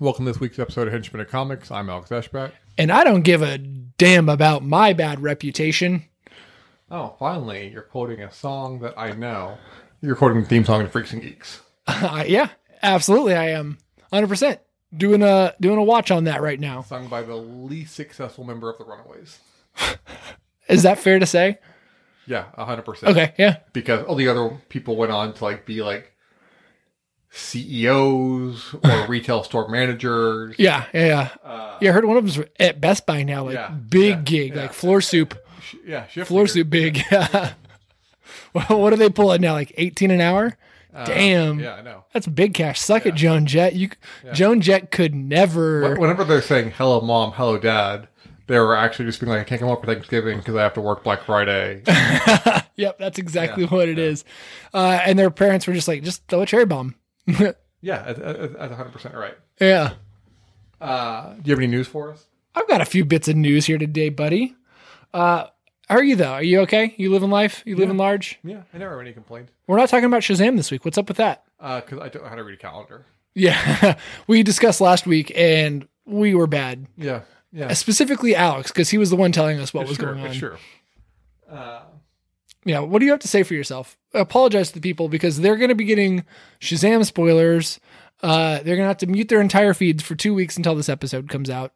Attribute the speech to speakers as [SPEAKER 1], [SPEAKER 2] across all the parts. [SPEAKER 1] Welcome to this week's episode of Henchmen of Comics. I'm Alex Ashback.
[SPEAKER 2] And I don't give a damn about my bad reputation.
[SPEAKER 1] Oh, finally, you're quoting a song that I know. You're quoting the theme song to Freaks and Geeks.
[SPEAKER 2] yeah, absolutely. I am 100% doing a doing a watch on that right now.
[SPEAKER 1] Sung by the least successful member of the Runaways.
[SPEAKER 2] Is that fair to say?
[SPEAKER 1] Yeah, 100%.
[SPEAKER 2] Okay, yeah.
[SPEAKER 1] Because all the other people went on to like be like CEOs or retail store managers.
[SPEAKER 2] Yeah, yeah, yeah.
[SPEAKER 1] Uh,
[SPEAKER 2] Yeah, I heard one of them's at Best Buy now, like
[SPEAKER 1] Yeah,
[SPEAKER 2] big
[SPEAKER 1] yeah,
[SPEAKER 2] gig,
[SPEAKER 1] yeah.
[SPEAKER 2] like floor soup,
[SPEAKER 1] sh- yeah, shift
[SPEAKER 2] floor
[SPEAKER 1] leader.
[SPEAKER 2] soup big. Yeah. well, what do they pull at now? Like 18 an hour?
[SPEAKER 1] Uh,
[SPEAKER 2] Damn.
[SPEAKER 1] Yeah, I know.
[SPEAKER 2] That's big cash. Suck it, Joan Jett. You Joan Jett could never.
[SPEAKER 1] But whenever they're saying hello, mom, hello, dad, they were actually just being like, I can't come up for Thanksgiving because I have to work Black Friday.
[SPEAKER 2] Yep, that's exactly what it is. Uh, and their parents were just like, just throw a cherry bomb.
[SPEAKER 1] yeah, that's that's 100% right.
[SPEAKER 2] yeah.
[SPEAKER 1] Uh, do you have any news for us?
[SPEAKER 2] I've got a few bits of news here today, buddy. Uh, how are you though? Are you okay? You living life? You living large?
[SPEAKER 1] Yeah, I never have any complaint
[SPEAKER 2] We're not talking about Shazam this week. What's up with that?
[SPEAKER 1] because I don't know how to read a calendar.
[SPEAKER 2] Yeah, we discussed last week and we were bad. Uh,
[SPEAKER 1] Yeah, yeah,
[SPEAKER 2] Specifically, Alex, because he was the one telling us what was
[SPEAKER 1] sure,
[SPEAKER 2] going on.
[SPEAKER 1] sure. Uh,
[SPEAKER 2] Yeah, what do you have to say for yourself? Apologize to the people because they're going to be getting Shazam spoilers. Uh, they're going to have to mute their entire feeds for two weeks until this episode comes out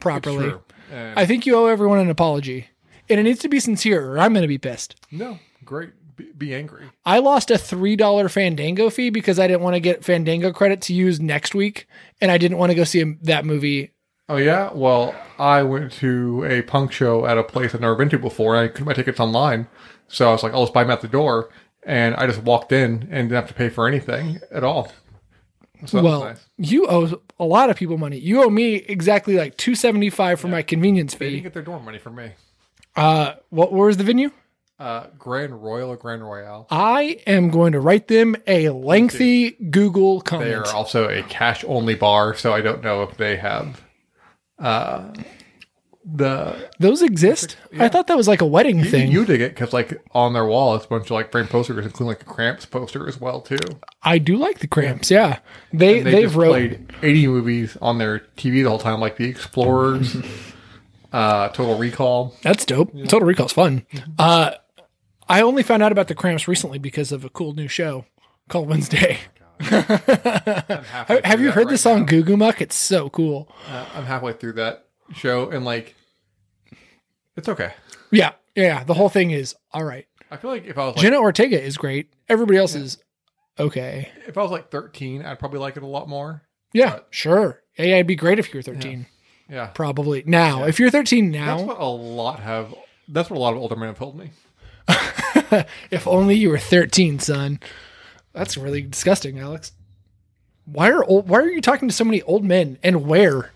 [SPEAKER 2] properly.
[SPEAKER 1] true. And
[SPEAKER 2] I think you owe everyone an apology, and it needs to be sincere, or I'm going to be pissed.
[SPEAKER 1] no, great. Be, be angry.
[SPEAKER 2] I lost a three dollar Fandango fee because I didn't want to get Fandango credit to use next week, and I didn't want to go see a- that movie.
[SPEAKER 1] Oh yeah. Well, I went to a punk show at a place I've never been to before. And I couldn't buy tickets online, so I was like, "I'll just buy them at the door." And I just walked in and didn't have to pay for anything at all. So that
[SPEAKER 2] well,
[SPEAKER 1] was nice.
[SPEAKER 2] you owe a lot of people money. You owe me exactly like two seventy five for my convenience
[SPEAKER 1] They didn't
[SPEAKER 2] fee.
[SPEAKER 1] get their dorm money from me.
[SPEAKER 2] Uh, what where was the venue?
[SPEAKER 1] Uh, Grand Royal or Grand Royale.
[SPEAKER 2] I am going to write them a lengthy Google
[SPEAKER 1] They
[SPEAKER 2] comment.
[SPEAKER 1] are also a cash only bar, so I don't know if they have uh, the
[SPEAKER 2] Those exist? I thought that was like a wedding thing.
[SPEAKER 1] You dig it because like on their wall, it's a bunch of like frame posters, including like a Cramps poster as well too.
[SPEAKER 2] I do like the cramps. Yeah, they
[SPEAKER 1] They
[SPEAKER 2] they
[SPEAKER 1] just
[SPEAKER 2] have wrote
[SPEAKER 1] played eighty movies on their TV the whole time, like The Explorers, uh, Total Recall.
[SPEAKER 2] That's dope. Total Recall's fun. Uh, I only found out about the cramps recently because of a cool new show called Wednesday.
[SPEAKER 1] halfway
[SPEAKER 2] Have have
[SPEAKER 1] through
[SPEAKER 2] you
[SPEAKER 1] that
[SPEAKER 2] heard
[SPEAKER 1] right
[SPEAKER 2] the song Goo Goo Muck? It's so cool.
[SPEAKER 1] Uh, I'm halfway through that show, and like, it's okay.
[SPEAKER 2] Yeah, yeah. The whole thing is all right.
[SPEAKER 1] I feel like if I was like,
[SPEAKER 2] Jenna Ortega is great. Everybody else is okay.
[SPEAKER 1] if I was like 13, I'd probably like it a lot more.
[SPEAKER 2] Yeah, sure. Yeah, yeah, it'd be great if you were 13.
[SPEAKER 1] Yeah,
[SPEAKER 2] Probably now. If you're 13 now,
[SPEAKER 1] that's what a lot have. That's what a lot of older men have told me.
[SPEAKER 2] if only you were 13, son. That's really disgusting, Alex. Why are old, why are you talking to so many old men and where?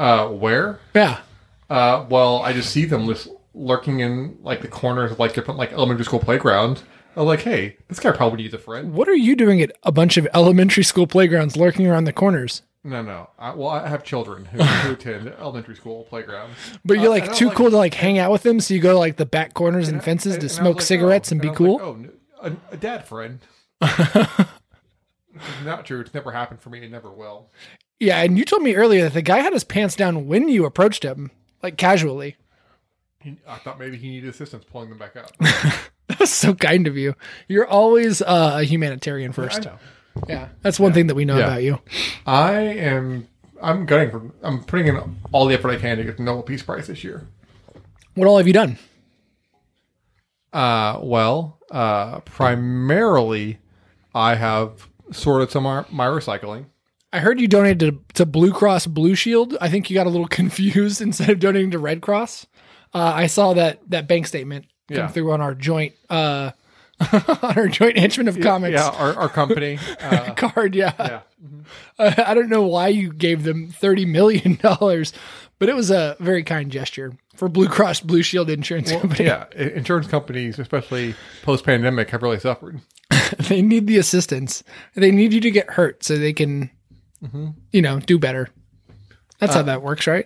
[SPEAKER 1] Uh, where?
[SPEAKER 2] Yeah.
[SPEAKER 1] Uh, well, I just see them just lurking in like the corners of like different like elementary school playgrounds. I'm like, hey, this guy probably needs a friend.
[SPEAKER 2] What are you doing at a bunch of elementary school playgrounds lurking around the corners?
[SPEAKER 1] No, no. I, well, I have children who, who attend elementary school playgrounds.
[SPEAKER 2] But
[SPEAKER 1] Uh,
[SPEAKER 2] you're
[SPEAKER 1] and I
[SPEAKER 2] like
[SPEAKER 1] was
[SPEAKER 2] too
[SPEAKER 1] like-
[SPEAKER 2] cool to like hang out with them, so you go to like the back corners and fences
[SPEAKER 1] And-
[SPEAKER 2] to
[SPEAKER 1] and I was
[SPEAKER 2] smoke
[SPEAKER 1] like,
[SPEAKER 2] cigarettes
[SPEAKER 1] oh.
[SPEAKER 2] and be
[SPEAKER 1] I was
[SPEAKER 2] cool.
[SPEAKER 1] like, oh, n- a, a dad friend. It's Not true. It's never happened for me. It never will.
[SPEAKER 2] Yeah, and you told me earlier that the guy had his pants down when you approached him, like casually.
[SPEAKER 1] He, I thought maybe he needed assistance pulling them back up.
[SPEAKER 2] That was so kind of you. You're always uh, a humanitarian
[SPEAKER 1] I
[SPEAKER 2] first.
[SPEAKER 1] know.
[SPEAKER 2] Yeah, that's one thing that we know
[SPEAKER 1] Yeah.
[SPEAKER 2] about you.
[SPEAKER 1] I am. I'm gunning for. I'm putting in all the effort I can to get the Nobel Peace Prize this year.
[SPEAKER 2] What all have you done?
[SPEAKER 1] Uh, well, uh, primarily, I have sorted some of my recycling.
[SPEAKER 2] I heard you donated to, to Blue Cross Blue Shield. I think you got a little confused instead of donating to Red Cross. Uh, I saw that that bank statement come
[SPEAKER 1] Yeah.
[SPEAKER 2] through on our joint uh, on our joint henchman of comics
[SPEAKER 1] Yeah, our, our company. Uh,
[SPEAKER 2] card. Yeah,
[SPEAKER 1] yeah,
[SPEAKER 2] Uh, I don't know why you gave them thirty million dollars, but it was a very kind gesture for Blue Cross Blue Shield Insurance Company.
[SPEAKER 1] yeah. i- Insurance companies, especially post-pandemic, have really suffered.
[SPEAKER 2] They need the assistance. They need you to get hurt so they can
[SPEAKER 1] Mm-hmm.
[SPEAKER 2] you know, do better. That's
[SPEAKER 1] Uh,
[SPEAKER 2] how that works, right?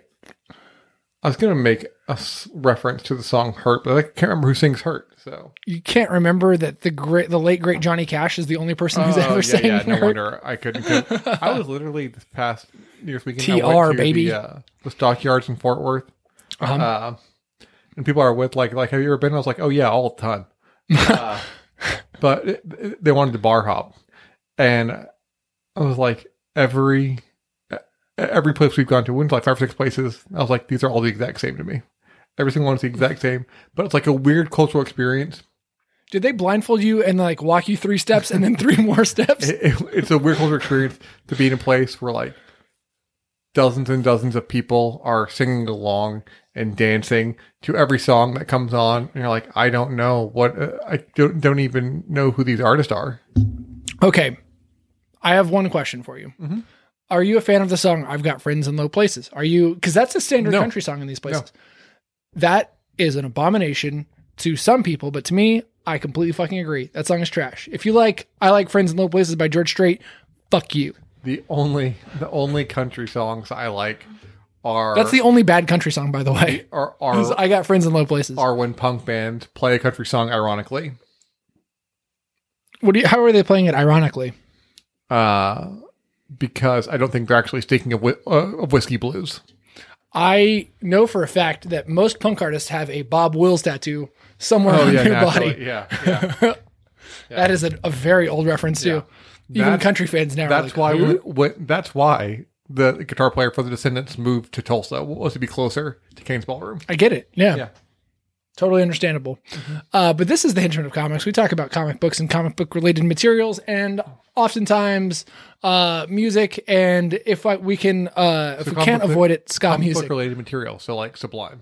[SPEAKER 1] I was gonna make a s- reference to the song "Hurt," but I can't remember who sings "Hurt." So
[SPEAKER 2] You can't remember that the great, the late great Johnny Cash is the only person who's ever
[SPEAKER 1] Oh, yeah,
[SPEAKER 2] sang
[SPEAKER 1] yeah, no
[SPEAKER 2] her.
[SPEAKER 1] wonder I couldn't. couldn't- I was literally this past New Year's weekend. I
[SPEAKER 2] TR,
[SPEAKER 1] went to
[SPEAKER 2] baby.
[SPEAKER 1] the, uh, the stockyards in Fort Worth,
[SPEAKER 2] Uh-huh.
[SPEAKER 1] uh, and people are with like like Have you ever been? I was like, Oh yeah, all the time. Uh, but it, it- they wanted to bar hop, and I was like, every e- every place we've gone to, went to like five or six places. I was like, these are all the exact same to me. Every single one's the exact same, but it's like a weird cultural experience.
[SPEAKER 2] Did they blindfold you and like walk you three steps and then three more steps?
[SPEAKER 1] it, it- it's a weird cultural experience to be in a place where like dozens and dozens of people are singing along and dancing to every song that comes on and you're like i don't know what uh, i don't, don't even know who these artists are
[SPEAKER 2] Okay. I have one question for you.
[SPEAKER 1] Mm-hmm.
[SPEAKER 2] Are you a fan of the song I've Got Friends in Low Places? Are you because that's a standard
[SPEAKER 1] No.
[SPEAKER 2] country song in these places. That is an abomination to some people, but to me, I completely fucking agree. That song is trash. If you like I like Friends in Low Places by George Strait, fuck you.
[SPEAKER 1] the only the only country songs i like are
[SPEAKER 2] That's the only bad country song, by the way.
[SPEAKER 1] are
[SPEAKER 2] is
[SPEAKER 1] are,
[SPEAKER 2] I got friends in low places.
[SPEAKER 1] are when punk bands play a country song ironically
[SPEAKER 2] What do you, how are they playing it ironically?
[SPEAKER 1] uh because i don't think they're actually speaking of, whi- uh, of whiskey blues
[SPEAKER 2] I know for a fact that most punk artists have a Bob Wills tattoo somewhere on their
[SPEAKER 1] naturally.
[SPEAKER 2] body.
[SPEAKER 1] Oh, yeah yeah
[SPEAKER 2] That is a, a very old reference too.
[SPEAKER 1] Yeah.
[SPEAKER 2] Even
[SPEAKER 1] That-
[SPEAKER 2] country fans now.
[SPEAKER 1] That's
[SPEAKER 2] are like,
[SPEAKER 1] why.
[SPEAKER 2] "Who?"
[SPEAKER 1] When, when- that's why the guitar player for the Descendants moved to Tulsa was to be closer to Kane's ballroom.
[SPEAKER 2] I get it. Yeah,
[SPEAKER 1] Yeah. Mm-hmm.
[SPEAKER 2] totally understandable. Uh, but this is the Henchman of Comics. We talk about comic books and comic book related materials, and oftentimes uh, music. And if I, we can, uh, if
[SPEAKER 1] So
[SPEAKER 2] we
[SPEAKER 1] comic
[SPEAKER 2] can't
[SPEAKER 1] book-
[SPEAKER 2] avoid it, ska
[SPEAKER 1] Comic
[SPEAKER 2] music.
[SPEAKER 1] book related material. So like Sublime.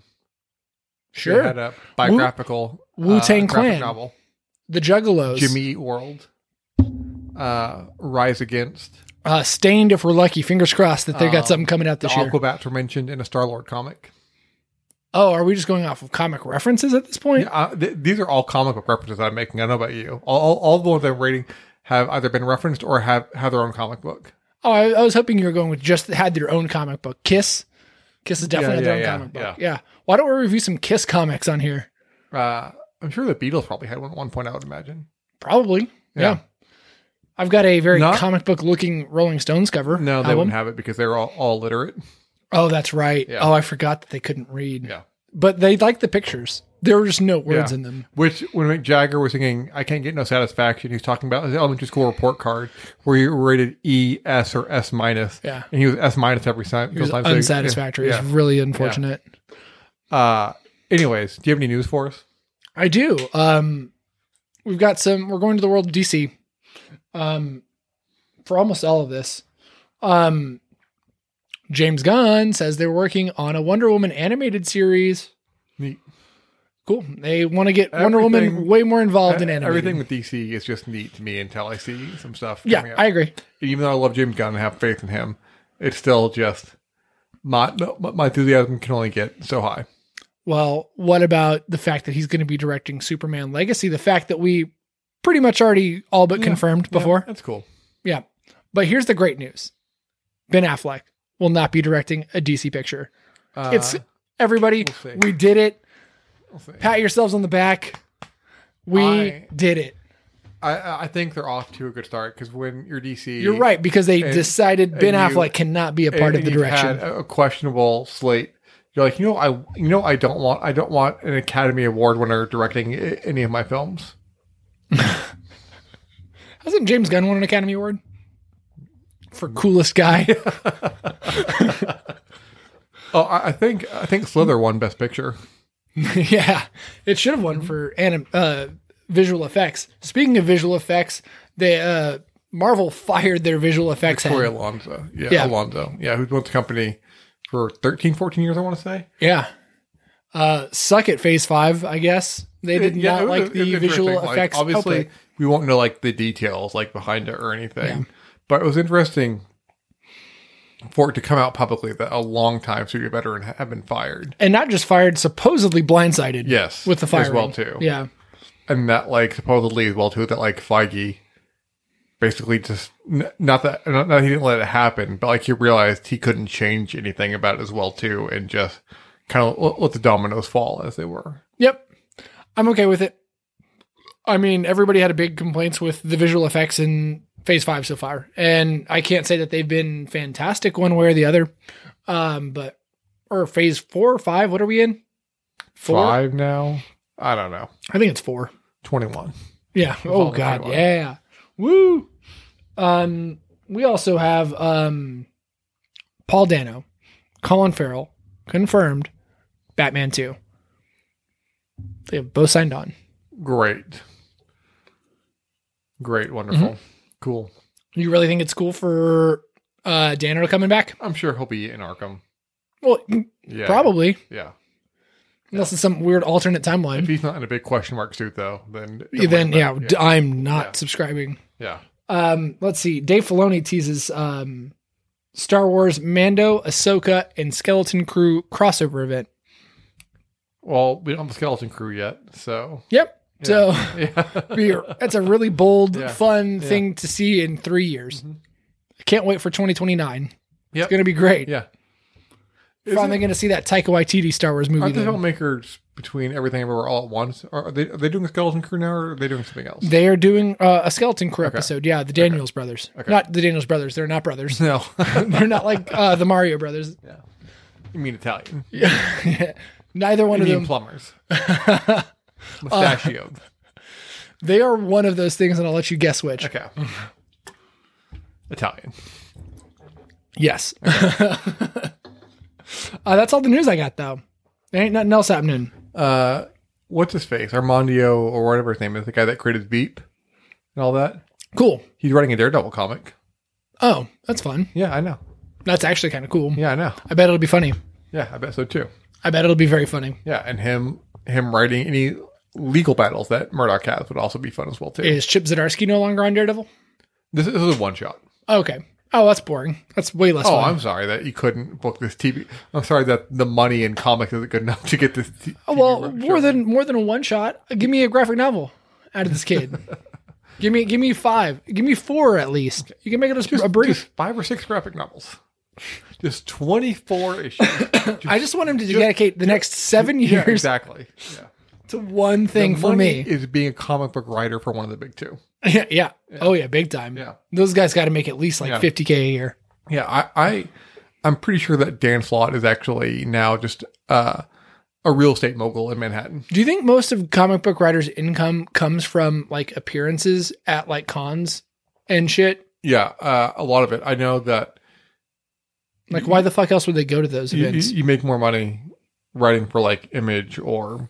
[SPEAKER 1] They
[SPEAKER 2] sure,
[SPEAKER 1] had uh, a biographical uh,
[SPEAKER 2] Wu-Tang
[SPEAKER 1] graphic
[SPEAKER 2] Clan.
[SPEAKER 1] novel.
[SPEAKER 2] the Juggalos,
[SPEAKER 1] Jimmy Eat World. Uh, Rise Against.
[SPEAKER 2] uh, stained. If we're lucky, fingers crossed that they got
[SPEAKER 1] Um,
[SPEAKER 2] something coming out
[SPEAKER 1] The
[SPEAKER 2] this year.
[SPEAKER 1] Aquabats were mentioned in a Star Lord comic.
[SPEAKER 2] Oh, are we just going off of comic references at this point?
[SPEAKER 1] Yeah, uh, th- these are all comic book references that I'm making. I don't know about you. All, all, all the ones I'm rating have either been referenced or have, have their own comic book.
[SPEAKER 2] Oh, I, I was hoping you were going with just had their own comic book. Kiss, Kiss is
[SPEAKER 1] Yeah,
[SPEAKER 2] definitely had their
[SPEAKER 1] yeah,
[SPEAKER 2] own comic
[SPEAKER 1] yeah,
[SPEAKER 2] book. Yeah. Why don't we review some Kiss comics on here?
[SPEAKER 1] Uh, I'm sure the Beatles probably had one at one point. I would imagine.
[SPEAKER 2] Probably. Yeah.
[SPEAKER 1] Yeah.
[SPEAKER 2] I've got a very
[SPEAKER 1] Not-
[SPEAKER 2] comic book looking Rolling Stones cover.
[SPEAKER 1] No, they
[SPEAKER 2] album.
[SPEAKER 1] wouldn't have it because they're all, all literate.
[SPEAKER 2] Oh, that's right.
[SPEAKER 1] Yeah.
[SPEAKER 2] Oh, I forgot that they couldn't read.
[SPEAKER 1] Yeah.
[SPEAKER 2] But they liked the pictures. There were just no words
[SPEAKER 1] Yeah.
[SPEAKER 2] in them.
[SPEAKER 1] Which, when Mick Jagger was singing "I Can't Get No Satisfaction," he's talking about his elementary school report card where you were rated E, S, or S minus.
[SPEAKER 2] Yeah.
[SPEAKER 1] and he was S minus every time.
[SPEAKER 2] It was unsatisfactory. It's really unfortunate.
[SPEAKER 1] Uh, anyways, do you have any news for us?
[SPEAKER 2] I do. Um, we've got some. We're going to the world of DC. Um, for almost all of this, um, James Gunn says they're working on a Wonder Woman animated series.
[SPEAKER 1] Neat.
[SPEAKER 2] Cool. They want to get Wonder Woman
[SPEAKER 1] Everything- e-,
[SPEAKER 2] way more involved in animated.
[SPEAKER 1] Everything with DC is just neat to me until I see some stuff.
[SPEAKER 2] Yeah,
[SPEAKER 1] coming up.
[SPEAKER 2] I agree.
[SPEAKER 1] even though I love James Gunn and have faith in him, it's still just my my enthusiasm can only get so high.
[SPEAKER 2] Well, what about the fact that he's going to be directing Superman Legacy? The fact that we pretty much already all but
[SPEAKER 1] Yeah,
[SPEAKER 2] confirmed
[SPEAKER 1] Yeah,
[SPEAKER 2] before.
[SPEAKER 1] that's cool.
[SPEAKER 2] Yeah. But here's the great news Ben Affleck will not be directing a DC picture.
[SPEAKER 1] Uh,
[SPEAKER 2] It's everybody,
[SPEAKER 1] we'll see.
[SPEAKER 2] we did it.
[SPEAKER 1] we'll see.
[SPEAKER 2] Pat yourselves on the back. We
[SPEAKER 1] I-
[SPEAKER 2] did it.
[SPEAKER 1] I, I think they're off to a good start because when you're DC,
[SPEAKER 2] You're right, because they
[SPEAKER 1] and-
[SPEAKER 2] decided Ben
[SPEAKER 1] and you-
[SPEAKER 2] Affleck cannot be a part
[SPEAKER 1] and
[SPEAKER 2] of the
[SPEAKER 1] you've Had
[SPEAKER 2] direction.
[SPEAKER 1] a a questionable slate. You're like, you know, I, you know, I don't want, I don't want an Academy Award winner directing I- any of my films.
[SPEAKER 2] Hasn't James Gunn won an Academy Award? For coolest guy.
[SPEAKER 1] Oh, I, I think, I think Slither won Best Picture.
[SPEAKER 2] yeah. It should have won for anim- uh, visual effects. Speaking of visual effects, they uh, Marvel fired their visual effects
[SPEAKER 1] Corey
[SPEAKER 2] head.
[SPEAKER 1] Alonso, yeah,
[SPEAKER 2] Yeah.
[SPEAKER 1] Alonso, yeah, who's been with the company for 13, 14 years, I want to say.
[SPEAKER 2] Yeah. Uh, suck it, Phase 5, I guess. They did
[SPEAKER 1] Yeah,
[SPEAKER 2] not
[SPEAKER 1] it was-
[SPEAKER 2] like
[SPEAKER 1] it was
[SPEAKER 2] the
[SPEAKER 1] interesting.
[SPEAKER 2] visual
[SPEAKER 1] Like,
[SPEAKER 2] effects.
[SPEAKER 1] obviously,
[SPEAKER 2] output.
[SPEAKER 1] we won't know like the details like behind it or anything. But it was interesting for it to come out publicly that a long time studio veteran ha- have been fired.
[SPEAKER 2] and not just fired, supposedly blindsided.
[SPEAKER 1] Yes,
[SPEAKER 2] with the fire
[SPEAKER 1] as well too.
[SPEAKER 2] Yeah,
[SPEAKER 1] and that like supposedly as well too that like Feige basically just n- not that not that he didn't let it happen, but like he realized he couldn't change anything about it as well too, and just kind of let, let the dominoes fall as they were.
[SPEAKER 2] Yep. I'm okay with it. I mean, everybody had a big complaints with the visual effects in phase five so far. And I can't say that they've been fantastic one way or the other. Um, but or phase four or five, what are we in? Four?
[SPEAKER 1] Five now. I don't know.
[SPEAKER 2] I think it's four.
[SPEAKER 1] Twenty one.
[SPEAKER 2] Yeah.
[SPEAKER 1] all
[SPEAKER 2] Oh
[SPEAKER 1] the
[SPEAKER 2] god,
[SPEAKER 1] timeline.
[SPEAKER 2] yeah. Woo. Um we also have um Paul Dano, Colin Farrell, confirmed, Batman 2. They have both signed on.
[SPEAKER 1] Great. Great. Wonderful.
[SPEAKER 2] Mm-hmm.
[SPEAKER 1] Cool.
[SPEAKER 2] You really think it's cool for uh Dano coming back?
[SPEAKER 1] I'm sure he'll be in Arkham.
[SPEAKER 2] Well,
[SPEAKER 1] Yeah.
[SPEAKER 2] probably.
[SPEAKER 1] Yeah.
[SPEAKER 2] Unless it's some weird alternate
[SPEAKER 1] If
[SPEAKER 2] timeline.
[SPEAKER 1] he's not in a big question mark suit though, then
[SPEAKER 2] Then yeah,
[SPEAKER 1] yeah.
[SPEAKER 2] d I'm not
[SPEAKER 1] Yeah.
[SPEAKER 2] subscribing.
[SPEAKER 1] yeah.
[SPEAKER 2] Um, let's see. Dave Filoni teases um, Star Wars Mando, Ahsoka, and Skeleton Crew crossover event.
[SPEAKER 1] Well, we don't have the skeleton crew yet, so
[SPEAKER 2] Yep.
[SPEAKER 1] yeah.
[SPEAKER 2] So
[SPEAKER 1] yeah.
[SPEAKER 2] beer. That's a really bold,
[SPEAKER 1] Yeah.
[SPEAKER 2] fun
[SPEAKER 1] Yeah.
[SPEAKER 2] thing to see in three years.
[SPEAKER 1] Mhm.
[SPEAKER 2] I can't wait for 2029.
[SPEAKER 1] Yep.
[SPEAKER 2] It's gonna be great.
[SPEAKER 1] yeah.
[SPEAKER 2] Finally,
[SPEAKER 1] Isn't-
[SPEAKER 2] gonna see that Taika Waititi Star Wars movie.
[SPEAKER 1] Aren't the
[SPEAKER 2] Then.
[SPEAKER 1] filmmakers between everything everywhere all at once? Are are they are they doing a skeleton crew now, or are they doing something else?
[SPEAKER 2] They are doing uh, a Skeleton Crew episode. Yeah, the Daniels brothers.
[SPEAKER 1] Okay.
[SPEAKER 2] Not the Daniels brothers. They're not brothers.
[SPEAKER 1] no,
[SPEAKER 2] They're not like uh, the Mario brothers.
[SPEAKER 1] you mean Italian? You
[SPEAKER 2] Yeah. Neither one of
[SPEAKER 1] mean
[SPEAKER 2] them.
[SPEAKER 1] plumbers? Mustachioed.
[SPEAKER 2] they are one of those things, and I'll let you guess which.
[SPEAKER 1] okay. Italian.
[SPEAKER 2] Yes. uh, that's all the news I got, though. There ain't nothing else happening.
[SPEAKER 1] Uh, what's his face? Armandio or whatever his name is, the guy that created Beep and all that.
[SPEAKER 2] Cool.
[SPEAKER 1] He's writing a Daredevil comic.
[SPEAKER 2] Oh, that's fun.
[SPEAKER 1] Yeah, I know.
[SPEAKER 2] That's actually kind of cool.
[SPEAKER 1] Yeah, I know.
[SPEAKER 2] I bet it'll be funny.
[SPEAKER 1] Yeah, I bet so too.
[SPEAKER 2] I bet it'll be very funny.
[SPEAKER 1] Yeah, and him him writing any legal battles that Murdoch has would also be fun as well too.
[SPEAKER 2] Is Chip Zdarsky no longer on Daredevil?
[SPEAKER 1] This, this is a one shot.
[SPEAKER 2] Okay. Oh, that's boring. That's way less
[SPEAKER 1] Oh,
[SPEAKER 2] fun.
[SPEAKER 1] I'm sorry that you couldn't book this TV. I'm sorry that the money in comics isn't good enough to get this. T-
[SPEAKER 2] Oh, well, more than more than a one shot. Give me a graphic novel out of this kid. give me give me five. Give me four at least. You can make it a, a brief.
[SPEAKER 1] just five or six graphic novels, just 24 issues. Just-
[SPEAKER 2] I just want him to dedicate the next seven
[SPEAKER 1] yeah,
[SPEAKER 2] years
[SPEAKER 1] exactly. Yeah.
[SPEAKER 2] to one thing for
[SPEAKER 1] Money
[SPEAKER 2] me.
[SPEAKER 1] is being a comic book writer for one of the big two.
[SPEAKER 2] yeah, yeah. Oh yeah, big time.
[SPEAKER 1] Yeah.
[SPEAKER 2] Those guys got to make at least
[SPEAKER 1] Yeah.
[SPEAKER 2] like fifty k a year.
[SPEAKER 1] Yeah, I, I I'm pretty sure that Dan Slott is actually now just uh, a real estate mogul in Manhattan.
[SPEAKER 2] Do you think most of comic book writers' income comes from like appearances at like cons and shit?
[SPEAKER 1] Yeah, uh, a lot of it. I know that
[SPEAKER 2] Like, why the fuck else would they go to those
[SPEAKER 1] you, you,
[SPEAKER 2] events?
[SPEAKER 1] you make more money writing for like Image or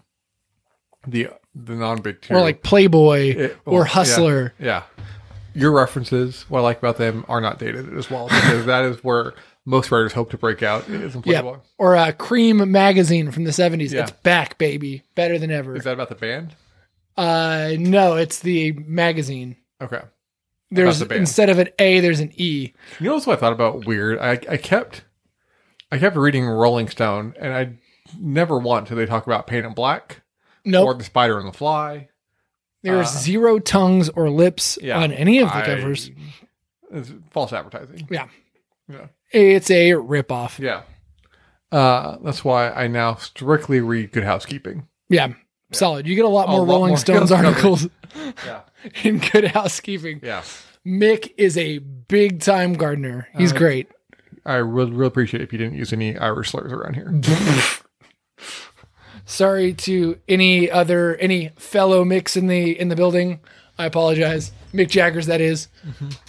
[SPEAKER 1] the the non big two
[SPEAKER 2] or like Playboy
[SPEAKER 1] It-
[SPEAKER 2] or
[SPEAKER 1] well,
[SPEAKER 2] Hustler?
[SPEAKER 1] Yeah. Your references, what I like about them, are not dated as well because that is where most writers hope to break out is in
[SPEAKER 2] Yeah.
[SPEAKER 1] Playboy.
[SPEAKER 2] Or uh, Cream magazine from the 70s.
[SPEAKER 1] Yeah.
[SPEAKER 2] It's back, baby. Better than ever.
[SPEAKER 1] Is that about the band?
[SPEAKER 2] uh, no, it's the magazine.
[SPEAKER 1] Okay.
[SPEAKER 2] There's
[SPEAKER 1] the band.
[SPEAKER 2] instead of an A, there's an E.
[SPEAKER 1] You know what's what I thought about weird? I, I kept I kept reading Rolling Stone and I never once did they talk about Paint and Black or
[SPEAKER 2] Nope.
[SPEAKER 1] the Spider and the Fly.
[SPEAKER 2] There's
[SPEAKER 1] uh,
[SPEAKER 2] zero tongues or lips
[SPEAKER 1] Yeah.
[SPEAKER 2] on any of the
[SPEAKER 1] I-
[SPEAKER 2] covers.
[SPEAKER 1] It's false advertising.
[SPEAKER 2] Yeah.
[SPEAKER 1] Yeah.
[SPEAKER 2] It's a ripoff. Yeah.
[SPEAKER 1] Yeah. Uh, that's why I now strictly read Good Housekeeping.
[SPEAKER 2] yeah. Solid. You get a lot
[SPEAKER 1] A
[SPEAKER 2] more
[SPEAKER 1] lot
[SPEAKER 2] Rolling
[SPEAKER 1] more
[SPEAKER 2] Stones
[SPEAKER 1] coverage.
[SPEAKER 2] articles
[SPEAKER 1] Yeah.
[SPEAKER 2] in Good Housekeeping.
[SPEAKER 1] Yeah.
[SPEAKER 2] Mick is a big time gardener. He's
[SPEAKER 1] Uh,
[SPEAKER 2] great.
[SPEAKER 1] I would really appreciate it if you didn't use any Irish slurs around here.
[SPEAKER 2] Sorry to any other any fellow mix in the in the building. I apologize, Mick Jaggers. That is.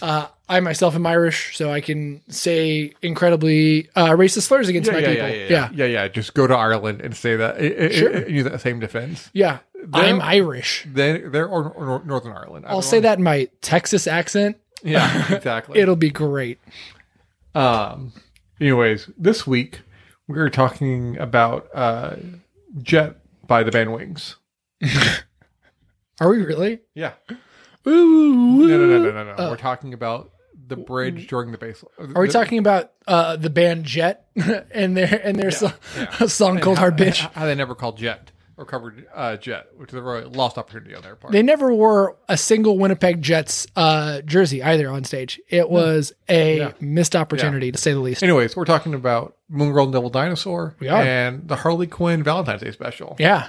[SPEAKER 2] Uh, I myself am Irish, so I can say incredibly uh, racist slurs against my people. Yeah,
[SPEAKER 1] yeah, yeah, yeah. Just go to Ireland and say that. It, it,
[SPEAKER 2] Sure.
[SPEAKER 1] it- use that same defense.
[SPEAKER 2] Yeah.
[SPEAKER 1] They're-
[SPEAKER 2] I'm Irish.
[SPEAKER 1] Then there or, or Nor- Northern Ireland.
[SPEAKER 2] I'll say that in my Texas accent.
[SPEAKER 1] Yeah, exactly.
[SPEAKER 2] It'll be great.
[SPEAKER 1] um. Anyways, this week we were talking about uh, Jet by the band Wings.
[SPEAKER 2] Are we really?
[SPEAKER 1] Yeah. No,
[SPEAKER 2] Ooh.
[SPEAKER 1] no, no, no, no, no. we're talking about the bridge during the bass.
[SPEAKER 2] Uh, mm. Are we talking about uh, the band Jet and uh, their and their so- song called "Hard Bitch"?
[SPEAKER 1] How they never called Jet. or covered uh, jet, which is a really lost opportunity on their part.
[SPEAKER 2] They never wore a single Winnipeg Jets uh, jersey either on stage. It was a
[SPEAKER 1] Yeah.
[SPEAKER 2] missed opportunity, to say the least.
[SPEAKER 1] Anyways, we're talking about Moon Girl and Devil Dinosaur
[SPEAKER 2] We are.
[SPEAKER 1] and the Harley Quinn Valentine's Day special.
[SPEAKER 2] yeah.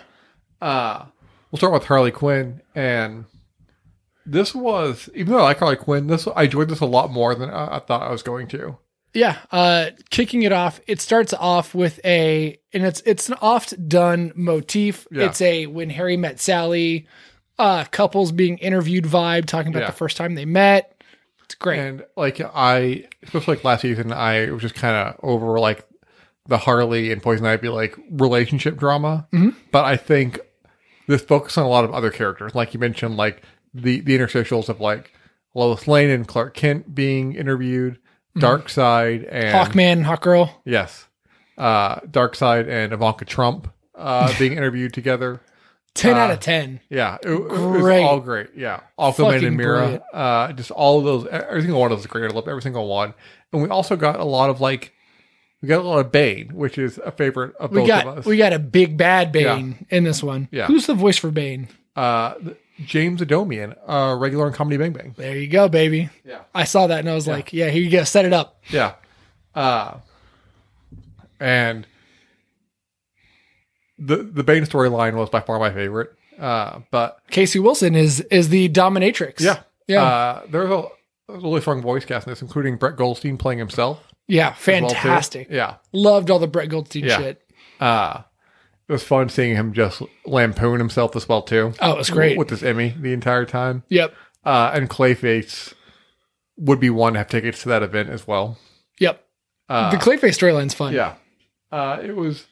[SPEAKER 1] Uh, we'll start with Harley Quinn. And this was, even though I like Harley Quinn, this I enjoyed this a lot more than I, I thought I was going to.
[SPEAKER 2] Yeah, uh, kicking it off. It starts off with a, and it's it's an oft done motif.
[SPEAKER 1] Yeah.
[SPEAKER 2] It's a when Harry met Sally, uh, couples being interviewed vibe, talking about
[SPEAKER 1] Yeah.
[SPEAKER 2] the first time they met. It's great.
[SPEAKER 1] And like I, especially like last season, I was just kind of over like the Harley and Poison Ivy like relationship drama.
[SPEAKER 2] Mhm.
[SPEAKER 1] But I think this focused on a lot of other characters, like you mentioned, like the the interstitials of like Lois Lane and Clark Kent being interviewed, Dark Side and
[SPEAKER 2] Hawkman and Hawkgirl.
[SPEAKER 1] yes, uh, Dark Side and Ivanka Trump uh, being interviewed together.
[SPEAKER 2] Ten out
[SPEAKER 1] Uh,
[SPEAKER 2] of ten.
[SPEAKER 1] Yeah, it, it was
[SPEAKER 2] Great.
[SPEAKER 1] all great. Yeah, Aquaman
[SPEAKER 2] Fucking
[SPEAKER 1] and Mira,
[SPEAKER 2] brilliant.
[SPEAKER 1] uh, just all of those. Every single one of those is great. I loved every single one. And we also got a lot of like, we got a lot of Bane, which is a favorite of
[SPEAKER 2] We
[SPEAKER 1] both of
[SPEAKER 2] got
[SPEAKER 1] us.
[SPEAKER 2] we got a big bad Bane in this one.
[SPEAKER 1] Yeah.
[SPEAKER 2] Who's the voice for Bane?
[SPEAKER 1] uh, th- James Adomian, uh, regular in comedy Bang Bang.
[SPEAKER 2] There you go, baby.
[SPEAKER 1] Yeah,
[SPEAKER 2] I saw that and I was like, yeah, here you go, set it up.
[SPEAKER 1] yeah, uh, and the the Bane storyline was by far my favorite. Uh, but
[SPEAKER 2] Casey Wilson is is the dominatrix.
[SPEAKER 1] yeah,
[SPEAKER 2] Yeah.
[SPEAKER 1] uh, there's a there's a really strong voice cast in this, including Brett Goldstein playing himself.
[SPEAKER 2] yeah,
[SPEAKER 1] as well, too.
[SPEAKER 2] fantastic.
[SPEAKER 1] yeah.
[SPEAKER 2] Loved all the Brett Goldstein
[SPEAKER 1] Yeah.
[SPEAKER 2] shit.
[SPEAKER 1] Uh, it was fun seeing him just lampoon himself as well too.
[SPEAKER 2] Oh, it was great.
[SPEAKER 1] with this Emmy the entire time.
[SPEAKER 2] Yep.
[SPEAKER 1] Uh, and Clayface would be one to have tickets to that event as well.
[SPEAKER 2] Yep.
[SPEAKER 1] Uh,
[SPEAKER 2] the Clayface storyline's fun.
[SPEAKER 1] yeah, uh, it was.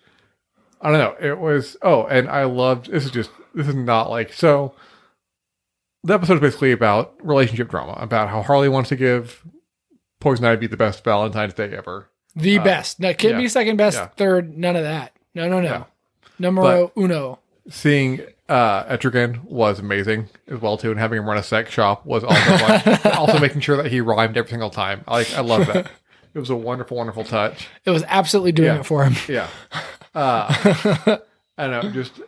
[SPEAKER 1] I don't know. It was. Oh, and I loved. This is just. This is not like so. The episode is basically about relationship drama, about how Harley wants to give Poison Ivy the best Valentine's Day ever.
[SPEAKER 2] The
[SPEAKER 1] Uh,
[SPEAKER 2] best. No, can't
[SPEAKER 1] yeah.
[SPEAKER 2] be second best,
[SPEAKER 1] Yeah.
[SPEAKER 2] third, none of that. No, no, no.
[SPEAKER 1] Yeah.
[SPEAKER 2] Numero uno.
[SPEAKER 1] seeing uh Etrigan was amazing as well too, and having him run a sex shop was also fun. also making sure that he rhymed every single time. I I love that. It was a wonderful, wonderful touch.
[SPEAKER 2] It was absolutely doing
[SPEAKER 1] Yeah.
[SPEAKER 2] it for him.
[SPEAKER 1] Yeah. Uh I don't know, just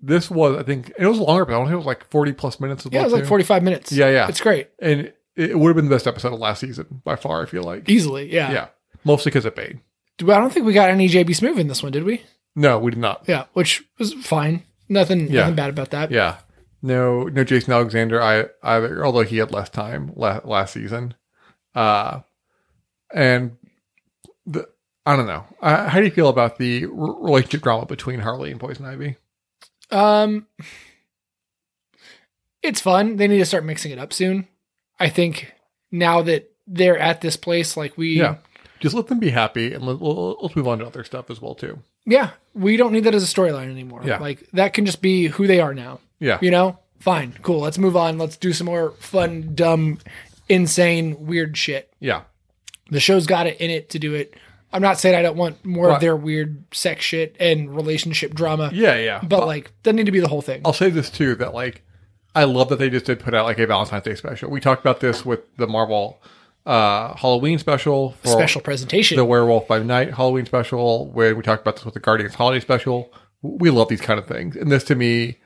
[SPEAKER 1] this was I think it was longer, but I don't think it was like forty plus minutes as
[SPEAKER 2] Yeah, it
[SPEAKER 1] well.
[SPEAKER 2] was like
[SPEAKER 1] too.
[SPEAKER 2] 45 minutes.
[SPEAKER 1] Yeah, yeah.
[SPEAKER 2] It's great.
[SPEAKER 1] and it would have been the best episode of last season by far, I feel like.
[SPEAKER 2] Easily. Yeah.
[SPEAKER 1] Yeah. Mostly because it paid.
[SPEAKER 2] Do- I don't think we got any JB Smoove in this one, did we?
[SPEAKER 1] No, we did not.
[SPEAKER 2] Yeah, which was fine. Nothing,
[SPEAKER 1] Yeah.
[SPEAKER 2] nothing bad about that.
[SPEAKER 1] Yeah. No, no Jason Alexander I either, although he had less time la- last season. Uh and the I don't know. Uh, how do you feel about the r- relationship drama between Harley and Poison Ivy?
[SPEAKER 2] Um, it's fun. They need to start mixing it up soon. I think now that they're at this place, like we,
[SPEAKER 1] Yeah. Just let them be happy and let, let- let's move on to other stuff as well too.
[SPEAKER 2] yeah, we don't need that as a storyline anymore.
[SPEAKER 1] Yeah.
[SPEAKER 2] Like that can just be who they are now.
[SPEAKER 1] Yeah.
[SPEAKER 2] You know, fine, cool. Let's move on. Let's do some more fun, dumb, insane, weird shit.
[SPEAKER 1] Yeah.
[SPEAKER 2] The show's got it in it to do it. I'm not saying I don't want more of
[SPEAKER 1] Right.
[SPEAKER 2] their weird sex shit and relationship drama,
[SPEAKER 1] Yeah, yeah.
[SPEAKER 2] but like that need to be the whole thing.
[SPEAKER 1] I'll say this too that like I love that they just did put out like a Valentine's Day special. We talked about this with the Marvel uh Halloween special for
[SPEAKER 2] Special presentation.
[SPEAKER 1] the Werewolf by Night Halloween special, where we talked about this with the Guardians Holiday special. We love these kind of things, and this to me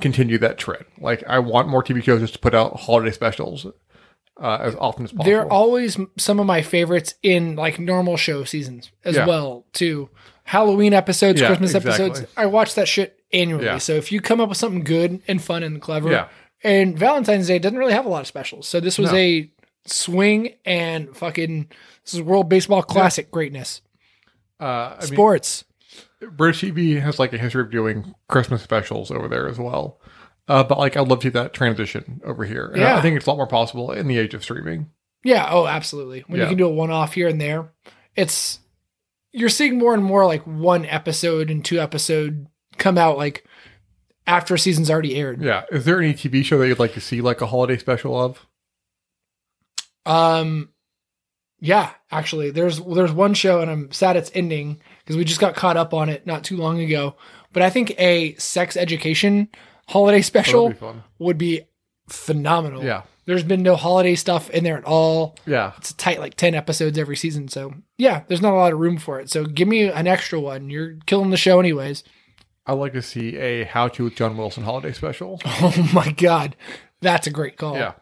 [SPEAKER 1] continued that trend. Like I want more TV shows just to put out holiday specials uh, as often as possible.
[SPEAKER 2] They're always m- some of my favorites in like normal show seasons as
[SPEAKER 1] Yeah.
[SPEAKER 2] well too. Halloween episodes,
[SPEAKER 1] Yeah,
[SPEAKER 2] Christmas
[SPEAKER 1] exactly.
[SPEAKER 2] episodes. I watch that shit annually.
[SPEAKER 1] Yeah.
[SPEAKER 2] So if you come up with something good and fun and clever,
[SPEAKER 1] Yeah.
[SPEAKER 2] and Valentine's Day doesn't really have a lot of specials. So this was
[SPEAKER 1] No.
[SPEAKER 2] a swing and fucking this is World Baseball Classic greatness.
[SPEAKER 1] uh, I mean,
[SPEAKER 2] Sports.
[SPEAKER 1] British TV has like a history of doing Christmas specials over there as well. Uh, but like I'd love to see that transition over here. And I- I,
[SPEAKER 2] Yeah.
[SPEAKER 1] think it's a lot more possible in the age of streaming.
[SPEAKER 2] Yeah. Oh, absolutely. When you
[SPEAKER 1] Yeah.
[SPEAKER 2] can do a one off here and there, it's you're seeing more and more like one episode and two episode come out like after a season's already aired.
[SPEAKER 1] Yeah. Is there any TV show that you'd like to see like a holiday special of?
[SPEAKER 2] Um, yeah, actually, there's there's one show, and I'm sad it's ending because we just got caught up on it not too long ago. But I think a sex education holiday
[SPEAKER 1] Oh,
[SPEAKER 2] special
[SPEAKER 1] that'd be fun.
[SPEAKER 2] would be phenomenal.
[SPEAKER 1] Yeah.
[SPEAKER 2] there's been no holiday stuff in there at all.
[SPEAKER 1] Yeah.
[SPEAKER 2] It's a tight like ten episodes every season, so yeah, there's not a lot of room for it. So give me an extra one. You're killing the show anyways.
[SPEAKER 1] I'd like to see a how to with John Wilson holiday special.
[SPEAKER 2] Oh my God. That's a great call.
[SPEAKER 1] Yeah.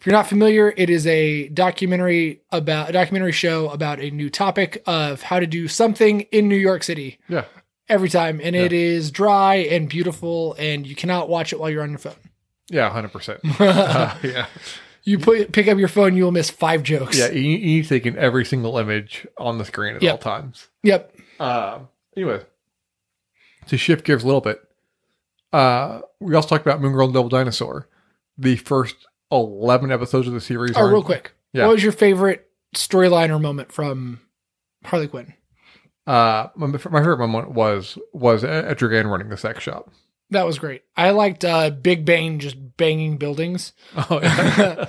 [SPEAKER 2] If you're not familiar, it is a documentary about a documentary show about a new topic of how to do something in New York City
[SPEAKER 1] Yeah.
[SPEAKER 2] every time. And it is dry and beautiful, and you cannot watch it while you're on your phone.
[SPEAKER 1] Yeah, 100%. Uh, yeah.
[SPEAKER 2] You put pick up your phone, you will miss five jokes.
[SPEAKER 1] Yeah, you, you need to take in every single image on the screen at
[SPEAKER 2] Yep.
[SPEAKER 1] all times.
[SPEAKER 2] Yep.
[SPEAKER 1] Um, anyway, to shift gears a little bit, uh, we also talked about Moon Girl and Double Dinosaur. The first 11 episodes of the series
[SPEAKER 2] Oh,
[SPEAKER 1] are
[SPEAKER 2] real quick.
[SPEAKER 1] Yeah.
[SPEAKER 2] What was your favorite storyline or moment from Harley Quinn?
[SPEAKER 1] Uh, my, my favorite moment was was Etrigan running the sex shop.
[SPEAKER 2] That was great. I liked uh, Big Bang just banging buildings.
[SPEAKER 1] Oh, yeah.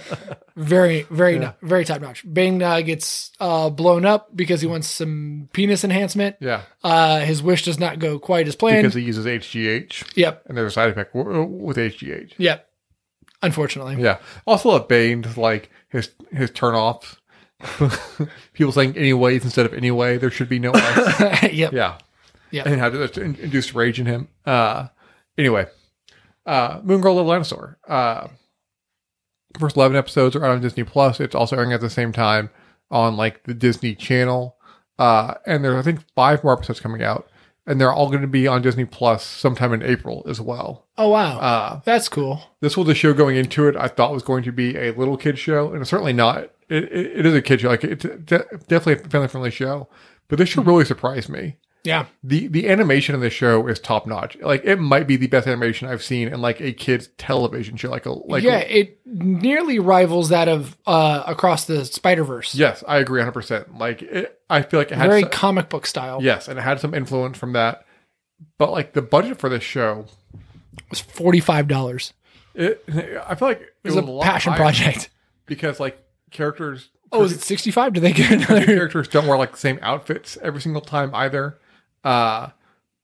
[SPEAKER 2] Very, very,
[SPEAKER 1] Yeah.
[SPEAKER 2] no- very top notch. Bang uh, gets uh, blown up because he wants some penis enhancement.
[SPEAKER 1] yeah,
[SPEAKER 2] Uh, his wish does not go quite as planned.
[SPEAKER 1] because he uses HGH,
[SPEAKER 2] yep,
[SPEAKER 1] and there's a side effect w- with HGH.
[SPEAKER 2] yep. Unfortunately,
[SPEAKER 1] Yeah. Also, love Bane's like his his turnoffs. People saying anyways instead of anyway. There should be no us.
[SPEAKER 2] yep.
[SPEAKER 1] yeah.
[SPEAKER 2] Yeah.
[SPEAKER 1] And how did that in- induce rage in him? Uh, anyway, uh, Moon Girl Little Dinosaur. Uh, first 11 episodes are out on Disney Plus. It's also airing at the same time on like the Disney Channel. Uh, and there's, I think, five more episodes coming out. And they're all going to be on Disney Plus sometime in April as well.
[SPEAKER 2] Oh wow,
[SPEAKER 1] Uh,
[SPEAKER 2] that's cool.
[SPEAKER 1] this was a show going into it I thought was going to be a little kid show, and it's certainly not. It, it, it is a kid show, like it's de- definitely a family friendly show. But this show
[SPEAKER 2] Hmm.
[SPEAKER 1] really surprised me.
[SPEAKER 2] Yeah,
[SPEAKER 1] the The animation in this show is top notch. Like it might be the best animation I've seen in like a kids television show. Like a like
[SPEAKER 2] yeah. It nearly rivals that of uh, across the Spider Verse.
[SPEAKER 1] yes, I agree hundred percent. Like it, I feel like it had
[SPEAKER 2] very
[SPEAKER 1] some,
[SPEAKER 2] comic book style.
[SPEAKER 1] yes, and it had some influence from that. But like the budget for this show,
[SPEAKER 2] It was forty five dollars.
[SPEAKER 1] it I feel like it,
[SPEAKER 2] It was,
[SPEAKER 1] a
[SPEAKER 2] a
[SPEAKER 1] lot
[SPEAKER 2] passion
[SPEAKER 1] higher
[SPEAKER 2] project.
[SPEAKER 1] because like characters.
[SPEAKER 2] Oh, is it sixty five? Did they get
[SPEAKER 1] the
[SPEAKER 2] another?
[SPEAKER 1] characters don't wear like the same outfits every single time either. Uh,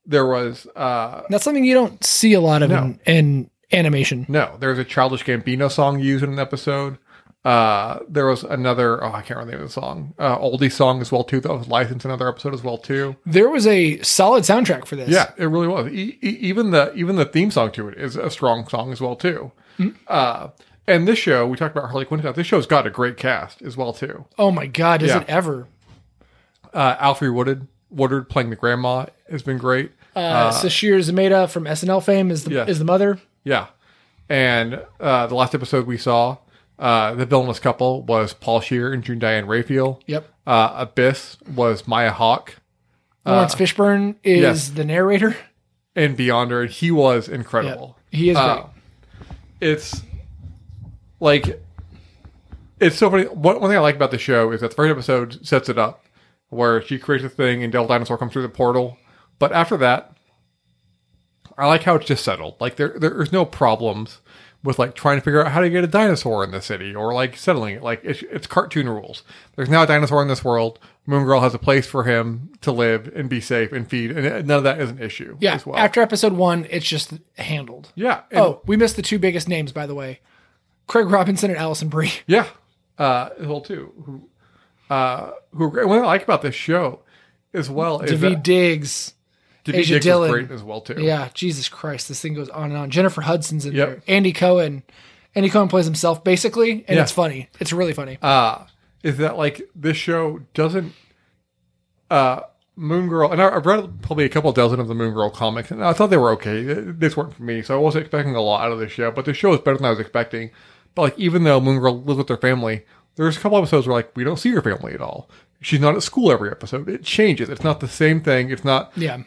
[SPEAKER 1] there was uh,
[SPEAKER 2] That's something you don't see a lot of
[SPEAKER 1] No.
[SPEAKER 2] in, in animation.
[SPEAKER 1] no, there was a childish Gambino song used in an episode. Uh, there was another oh I can't remember the name of the song, uh, oldie song as well too. That was licensed in another episode as well too.
[SPEAKER 2] There was a solid soundtrack for this.
[SPEAKER 1] Yeah, it really was. E- e- even the even the theme song to it is a strong song as well too. Uh, and this show we talked about Harley Quinn. stuff. This show's got a great cast as well too.
[SPEAKER 2] Oh my god, is
[SPEAKER 1] Yeah.
[SPEAKER 2] it ever?
[SPEAKER 1] Uh, Alfred Woodard Woodard playing the grandma has been great.
[SPEAKER 2] Uh, Sashir Zameda from SNL fame is the
[SPEAKER 1] Yeah.
[SPEAKER 2] is the mother.
[SPEAKER 1] Yeah. And uh, the last episode we saw, uh, the villainous couple was Paul Shear and June Diane Raphael.
[SPEAKER 2] Yep.
[SPEAKER 1] Uh, Abyss was Maya Hawk.
[SPEAKER 2] Lawrence Fishburne is
[SPEAKER 1] Uh, yes.
[SPEAKER 2] the narrator.
[SPEAKER 1] And Beyond Her, he was incredible.
[SPEAKER 2] He is
[SPEAKER 1] Uh, It's like, it's so funny. One, one thing I like about the show is that the first episode sets it up where she creates a thing and Devil Dinosaur comes through the portal. But after that, I like how it's just settled. Like there, there's no problems with like trying to figure out how to get a dinosaur in the city or like settling it. Like it's, it's cartoon rules. There's now a dinosaur in this world. Moon Girl has a place for him to live and be safe and feed, and none of that is an issue.
[SPEAKER 2] great. Yeah.
[SPEAKER 1] as well.
[SPEAKER 2] After episode one, it's just handled.
[SPEAKER 1] yeah. and-
[SPEAKER 2] Oh, we missed the two biggest names, by the way. Craig Robinson and Allison Brie.
[SPEAKER 1] Yeah. Uh, well, too. Who, uh, who? What I like about this show, as well, is
[SPEAKER 2] David
[SPEAKER 1] that
[SPEAKER 2] Diggs.
[SPEAKER 1] David
[SPEAKER 2] Asia
[SPEAKER 1] Diggs
[SPEAKER 2] Dillon.
[SPEAKER 1] was great as well too.
[SPEAKER 2] Yeah, Jesus Christ, this thing goes on and on. Jennifer Hudson's in
[SPEAKER 1] Yep.
[SPEAKER 2] there. Andy Cohen. Andy Cohen plays himself basically, and
[SPEAKER 1] Yeah.
[SPEAKER 2] it's funny. It's really funny.
[SPEAKER 1] uh, is that like this show doesn't uh Moon Girl and I, I've read probably a couple dozen of the Moon Girl comics and I thought they were okay. This weren't for me, so I wasn't expecting a lot out of this show, but the show is better than I was expecting. But like even though Moon Girl lives with her family, there's a couple episodes where like we don't see her family at all. She's not at school every episode. It changes. It's not the same thing. It's not
[SPEAKER 2] yeah.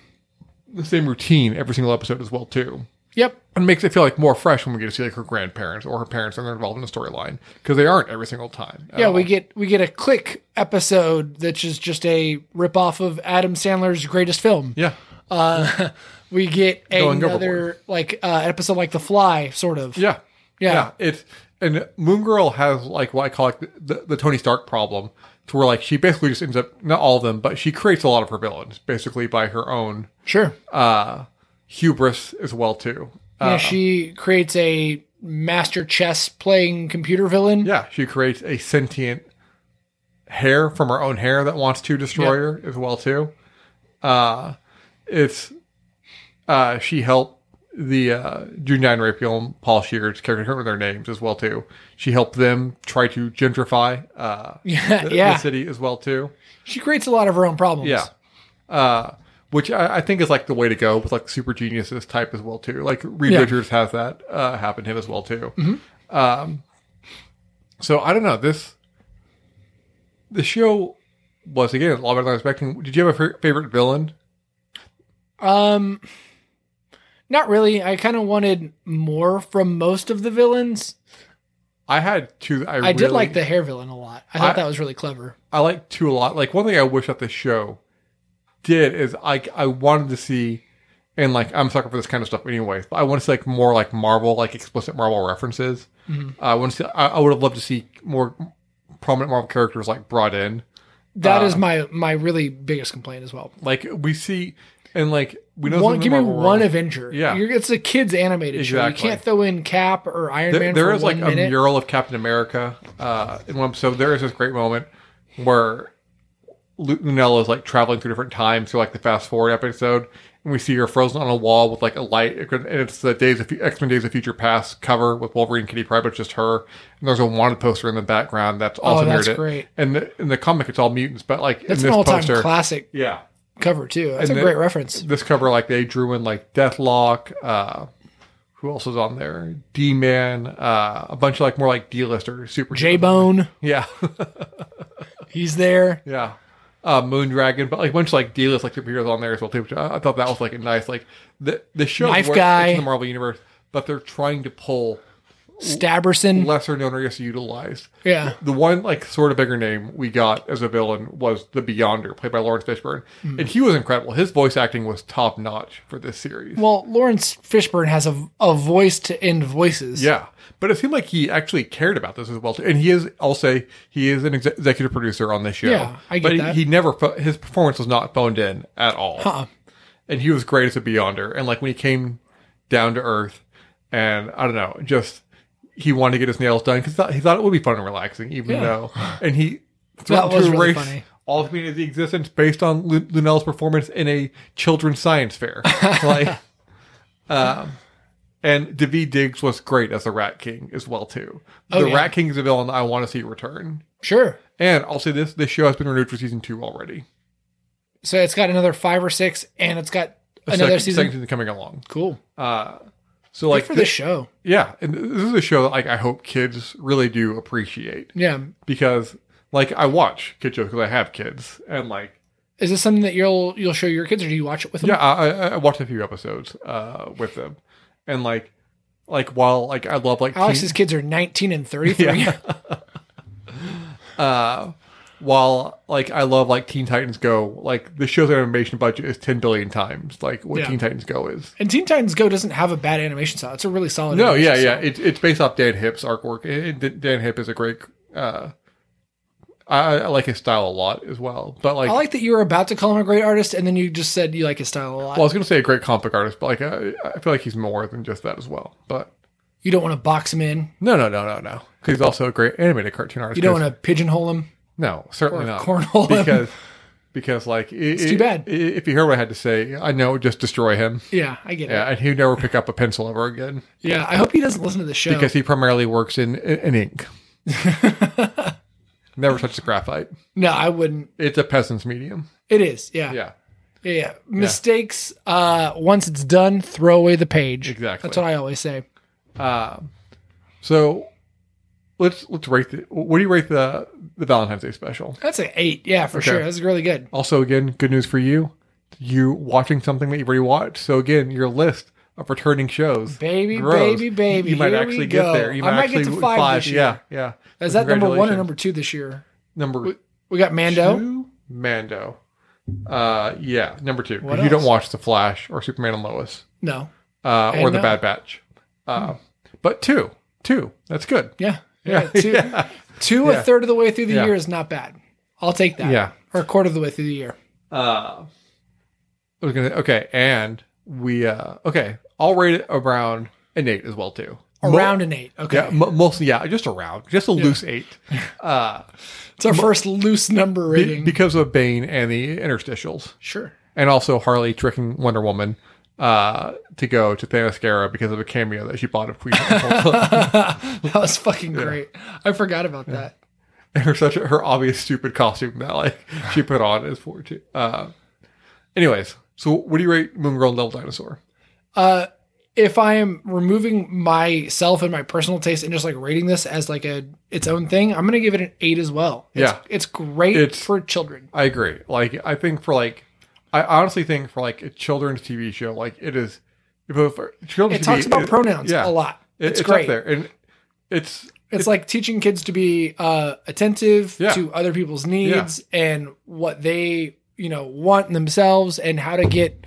[SPEAKER 1] the same routine every single episode as well too.
[SPEAKER 2] Yep.
[SPEAKER 1] And it makes it feel like more fresh when we get to see like her grandparents or her parents and they're involved in the storyline because they aren't every single time. at
[SPEAKER 2] Yeah,
[SPEAKER 1] all.
[SPEAKER 2] we get we get a click episode that's just just a ripoff of Adam Sandler's greatest film.
[SPEAKER 1] yeah.
[SPEAKER 2] Uh, we get
[SPEAKER 1] Going
[SPEAKER 2] another
[SPEAKER 1] overboard.
[SPEAKER 2] like uh, episode like The Fly, sort of.
[SPEAKER 1] Yeah.
[SPEAKER 2] Yeah.
[SPEAKER 1] It's and Moon Girl has like what I call like the, the, the Tony Stark problem to where like she basically just ends up not all of them, but she creates a lot of her villains basically by her own
[SPEAKER 2] sure.
[SPEAKER 1] uh hubris as well too. Uh,
[SPEAKER 2] yeah, she creates a master chess playing computer villain.
[SPEAKER 1] yeah, she creates a sentient hair from her own hair that wants to destroy
[SPEAKER 2] Yeah.
[SPEAKER 1] her as well too. Uh it's uh, she helped the uh, Junine Raphael and Paul Shearer's character, I can't remember their names as well too. She helped them try to gentrify uh,
[SPEAKER 2] Yeah,
[SPEAKER 1] the,
[SPEAKER 2] yeah.
[SPEAKER 1] the city as well too.
[SPEAKER 2] She creates a lot of her own problems.
[SPEAKER 1] Yeah. Uh, which I, I think is like the way to go with like super geniuses type as well too. Like Reed
[SPEAKER 2] Yeah. Mm-hmm.
[SPEAKER 1] Richards has that uh, happen to him as well too. Um, so I don't know this. The show was again a lot better than I was expecting. Did you have a f- favorite villain?
[SPEAKER 2] Um, not really. I kind of wanted more from most of the villains.
[SPEAKER 1] I had two. that I,
[SPEAKER 2] I did
[SPEAKER 1] really-
[SPEAKER 2] like the hair villain a lot. I thought
[SPEAKER 1] I-
[SPEAKER 2] that was really clever.
[SPEAKER 1] I like two a lot. Like one thing I wish that this show did is I I wanted to see, and like I'm a sucker for this kind of stuff anyway. But I want to see like more like Marvel, like explicit Marvel references.
[SPEAKER 2] Mm-hmm.
[SPEAKER 1] I want to see. I, I would have loved to see more prominent Marvel characters like brought in.
[SPEAKER 2] That
[SPEAKER 1] Uh,
[SPEAKER 2] is my my really biggest complaint as well.
[SPEAKER 1] Like we see, and like we know. some
[SPEAKER 2] One,
[SPEAKER 1] of the
[SPEAKER 2] give me
[SPEAKER 1] Marvel
[SPEAKER 2] one
[SPEAKER 1] world-
[SPEAKER 2] Avenger.
[SPEAKER 1] Yeah.
[SPEAKER 2] You're, it's a kids animated show.
[SPEAKER 1] Exactly.
[SPEAKER 2] You can't throw in Cap or Iron
[SPEAKER 1] There-
[SPEAKER 2] Man.
[SPEAKER 1] there
[SPEAKER 2] for
[SPEAKER 1] is like
[SPEAKER 2] one
[SPEAKER 1] a
[SPEAKER 2] minute.
[SPEAKER 1] mural of Captain America uh, in one episode. There is this great moment where Lutinella is like traveling through different times through like the fast forward episode, and we see her frozen on a wall with like a light, and it's the Days of X Men Days of Future Past cover with Wolverine, Kitty Pryde, but it's just her. And there's a wanted poster in the background that's also
[SPEAKER 2] Oh, that's
[SPEAKER 1] mirrored it.
[SPEAKER 2] great.
[SPEAKER 1] And the, in the comic, it's all mutants, but like
[SPEAKER 2] That's
[SPEAKER 1] in
[SPEAKER 2] an
[SPEAKER 1] this
[SPEAKER 2] all time
[SPEAKER 1] poster,
[SPEAKER 2] classic
[SPEAKER 1] yeah,
[SPEAKER 2] cover too. That's
[SPEAKER 1] And
[SPEAKER 2] a
[SPEAKER 1] the-
[SPEAKER 2] great reference.
[SPEAKER 1] this cover like they drew in like Deathlock, uh who else was on there? D Man, uh a bunch of like more like D lister super
[SPEAKER 2] J Bone,
[SPEAKER 1] Yeah.
[SPEAKER 2] he's there.
[SPEAKER 1] yeah. Uh Moondragon, but like a bunch of like D list like superheroes on there as well too, which I, I thought that was like a nice like the the show
[SPEAKER 2] Knife
[SPEAKER 1] works
[SPEAKER 2] Guy.
[SPEAKER 1] in the Marvel universe, but they're trying to pull
[SPEAKER 2] Stabberson.
[SPEAKER 1] lesser known or yes utilized.
[SPEAKER 2] Yeah.
[SPEAKER 1] The one like sort of bigger name we got as a villain was the Beyonder, played by Lawrence Fishburne.
[SPEAKER 2] Hmm.
[SPEAKER 1] And he was incredible. His voice acting was top notch for this series.
[SPEAKER 2] Well, Lawrence Fishburne has a, a voice to end voices.
[SPEAKER 1] Yeah, but it seemed like he actually cared about this as well. Too. And he is, I'll say, he is an exe- executive producer on this show.
[SPEAKER 2] Yeah, I get
[SPEAKER 1] but he-
[SPEAKER 2] that.
[SPEAKER 1] He, never pho- his performance was not phoned in at all,
[SPEAKER 2] Huh.
[SPEAKER 1] and he was great as a Beyonder. And like when he came down to earth, and I don't know, just he wanted to get his nails done because he thought it would be fun and relaxing, even
[SPEAKER 2] Yeah.
[SPEAKER 1] though. And he threatened
[SPEAKER 2] was
[SPEAKER 1] to
[SPEAKER 2] really
[SPEAKER 1] erase
[SPEAKER 2] funny.
[SPEAKER 1] all of community existence based on Lu- Lunell's performance in a children's science fair. like. And David Diggs was great as the Rat King as well too.
[SPEAKER 2] Oh,
[SPEAKER 1] the
[SPEAKER 2] yeah.
[SPEAKER 1] Rat King is a villain I want to see return.
[SPEAKER 2] Sure.
[SPEAKER 1] And I'll say this: this show has been renewed for season two already.
[SPEAKER 2] So it's got another five or six, and it's got
[SPEAKER 1] A
[SPEAKER 2] another
[SPEAKER 1] second,
[SPEAKER 2] season.
[SPEAKER 1] second season coming along.
[SPEAKER 2] Cool.
[SPEAKER 1] So like,
[SPEAKER 2] Good for
[SPEAKER 1] thi-
[SPEAKER 2] this show.
[SPEAKER 1] yeah, and this is a show that like I hope kids really do appreciate
[SPEAKER 2] Yeah.
[SPEAKER 1] because like I watch kid shows because I have kids and like
[SPEAKER 2] Is this something that you'll you'll show your kids, or do you watch it with them?
[SPEAKER 1] yeah, I, I- I watched a few episodes uh with them, and like like while like I love like teen-
[SPEAKER 2] Alex's kids are 19 and 33.
[SPEAKER 1] Yeah. while like I love like Teen Titans Go, like the show's animation budget is ten billion times like what
[SPEAKER 2] Yeah.
[SPEAKER 1] Teen Titans Go is.
[SPEAKER 2] And Teen Titans Go doesn't have a bad animation style. It's a really solid.
[SPEAKER 1] No, yeah,
[SPEAKER 2] animation
[SPEAKER 1] yeah,
[SPEAKER 2] style.
[SPEAKER 1] it's it's based off Dan Hip's artwork. And and Dan Hip is a great. uh I, I like his style a lot as well, but like,
[SPEAKER 2] I like that you were about to call him a great artist, and then you just said you like his style a lot.
[SPEAKER 1] well, I was gonna say a great comic artist, but like I, I feel like he's more than just that as well. But
[SPEAKER 2] you don't want to box him in.
[SPEAKER 1] no, no, no, no, no, because he's also a great animated cartoon artist.
[SPEAKER 2] You don't
[SPEAKER 1] 'cause-
[SPEAKER 2] want to pigeonhole him.
[SPEAKER 1] No, certainly
[SPEAKER 2] Or
[SPEAKER 1] not.
[SPEAKER 2] cornhole him.
[SPEAKER 1] because because like it's
[SPEAKER 2] too bad.
[SPEAKER 1] If you heard what I had to say, I know it would just destroy him.
[SPEAKER 2] Yeah, I get
[SPEAKER 1] Yeah,
[SPEAKER 2] it.
[SPEAKER 1] and he'd never pick up a pencil ever again
[SPEAKER 2] Yeah, I hope he doesn't listen to the show.
[SPEAKER 1] because he primarily works in, in, in ink. never touches graphite.
[SPEAKER 2] no, I wouldn't.
[SPEAKER 1] It's a peasant's medium.
[SPEAKER 2] It is. Yeah.
[SPEAKER 1] Yeah.
[SPEAKER 2] Yeah, yeah. Mistakes. Uh, once it's done, throw away the page.
[SPEAKER 1] Exactly. Um,
[SPEAKER 2] That's what I always say.
[SPEAKER 1] So let's let's rate the. What do you rate the the Valentine's Day special?
[SPEAKER 2] That's an eight. Yeah, for sure. That's really good.
[SPEAKER 1] Also, again, good news for you. You watching something that you've already watched. So again, your list of returning shows,
[SPEAKER 2] Baby,
[SPEAKER 1] grows.
[SPEAKER 2] baby, baby.
[SPEAKER 1] You might
[SPEAKER 2] Here
[SPEAKER 1] actually
[SPEAKER 2] we
[SPEAKER 1] get
[SPEAKER 2] go.
[SPEAKER 1] there. You
[SPEAKER 2] I might get
[SPEAKER 1] actually
[SPEAKER 2] to five this year.
[SPEAKER 1] Yeah, yeah.
[SPEAKER 2] Is that number one or
[SPEAKER 1] Congratulations.
[SPEAKER 2] number two this year?
[SPEAKER 1] number
[SPEAKER 2] We got Mando.
[SPEAKER 1] two? Mando. Uh, yeah, number two.
[SPEAKER 2] What
[SPEAKER 1] you don't
[SPEAKER 2] else?
[SPEAKER 1] watch The Flash or Superman and Lois
[SPEAKER 2] No.
[SPEAKER 1] uh,
[SPEAKER 2] I
[SPEAKER 1] or The
[SPEAKER 2] know.
[SPEAKER 1] Bad Batch. Uh, But two, two. That's good.
[SPEAKER 2] Yeah. Hmm. Yeah. Two, two
[SPEAKER 1] Yeah.
[SPEAKER 2] a third of the way through the
[SPEAKER 1] Yeah.
[SPEAKER 2] year is not bad. I'll take that.
[SPEAKER 1] Yeah.
[SPEAKER 2] Or a quarter of the way through the year.
[SPEAKER 1] Uh, I was gonna okay, and we uh, okay. I'll rate it around an eight as well too. Mo-
[SPEAKER 2] Around an eight. Okay.
[SPEAKER 1] yeah, mo- mostly yeah, just around, just a loose eight
[SPEAKER 2] It's our first loose number
[SPEAKER 1] Be-
[SPEAKER 2] rating.
[SPEAKER 1] because of Bane and the interstitials,
[SPEAKER 2] sure.
[SPEAKER 1] and also Harley tricking Wonder Woman uh, to go to Themyscira because of a cameo that she bought of Queen. Anne.
[SPEAKER 2] that was fucking great. I forgot about that.
[SPEAKER 1] And her such her obvious stupid costume that like she put on is for too. Uh, anyways, so what do you rate Moon Girl and Devil Dinosaur?
[SPEAKER 2] Uh, if I am removing myself and my personal taste and just like rating this as like a its own thing, I'm gonna give it an eight as well. It's,
[SPEAKER 1] Yeah.
[SPEAKER 2] it's great
[SPEAKER 1] It's-
[SPEAKER 2] for children.
[SPEAKER 1] I agree. Like I think for like I honestly think for like a children's TV show, like it is. If a, for children's
[SPEAKER 2] It talks
[SPEAKER 1] TV,
[SPEAKER 2] about pronouns
[SPEAKER 1] yeah.
[SPEAKER 2] a lot.
[SPEAKER 1] it-
[SPEAKER 2] It's,
[SPEAKER 1] it's
[SPEAKER 2] great.
[SPEAKER 1] up there, and it's
[SPEAKER 2] It's like teaching kids to be uh, attentive
[SPEAKER 1] Yeah.
[SPEAKER 2] to other people's needs and what they you know want in themselves and how to get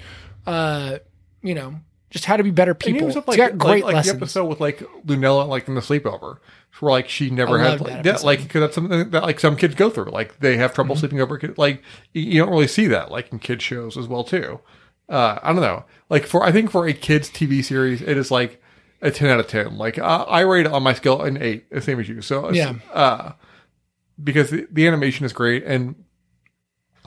[SPEAKER 2] uh, you know just how to be better
[SPEAKER 1] And
[SPEAKER 2] people.
[SPEAKER 1] even stuff
[SPEAKER 2] it's got great
[SPEAKER 1] like,
[SPEAKER 2] lessons.
[SPEAKER 1] the episode with like Lunella, like in the sleepover, where like she never
[SPEAKER 2] I
[SPEAKER 1] had
[SPEAKER 2] love
[SPEAKER 1] like
[SPEAKER 2] that
[SPEAKER 1] that, like because that's something that like some kids go through. Like they have
[SPEAKER 2] Mm-hmm.
[SPEAKER 1] trouble sleeping over. Like y- you don't really see that like in kids shows as well too. Uh, I don't know. Like for I think for a kids TV series, it is like a ten out of ten. Like uh, I rate it on my scale an eight, the same as you. So it's-
[SPEAKER 2] Yeah.
[SPEAKER 1] uh, because the, the animation is great and.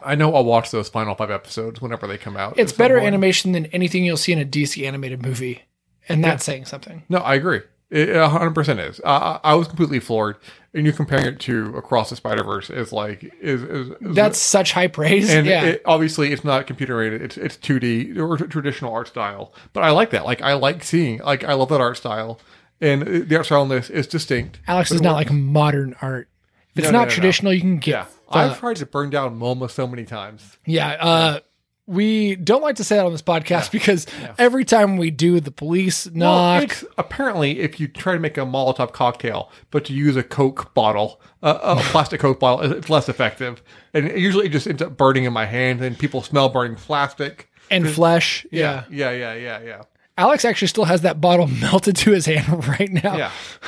[SPEAKER 1] I know I'll watch those final five episodes whenever they come out.
[SPEAKER 2] It's
[SPEAKER 1] at some
[SPEAKER 2] better
[SPEAKER 1] point.
[SPEAKER 2] animation than anything you'll see in a DC animated movie, and that's saying something.
[SPEAKER 1] No, I agree. It it 100% is. I, I I was completely floored. And you comparing it to Across the Spider Verse is like, is, is, is-
[SPEAKER 2] That's such high praise.
[SPEAKER 1] and
[SPEAKER 2] yeah,
[SPEAKER 1] it, obviously it's not computer rated. It's, it's 2D or t- traditional art style. But I like that. Like, I like seeing, like, I love that art style. And uh, the art style in this is distinct.
[SPEAKER 2] Alex is not like modern art. If it's
[SPEAKER 1] No, no, no,
[SPEAKER 2] not
[SPEAKER 1] no.
[SPEAKER 2] traditional, you can get.
[SPEAKER 1] Yeah. I've tried to burn down MoMA so many times.
[SPEAKER 2] Yeah. Uh, we don't like to say that on this podcast because every time we do, the police
[SPEAKER 1] Well,
[SPEAKER 2] knock.
[SPEAKER 1] it's- apparently, if you try to make a Molotov cocktail, but to use a Coke bottle, uh, a plastic Coke bottle, it's less effective. And it usually just ends up burning in my hand, and people smell burning plastic.
[SPEAKER 2] and flesh. Yeah.
[SPEAKER 1] Yeah, yeah, yeah, yeah.
[SPEAKER 2] Alex actually still has that bottle melted to his hand right now.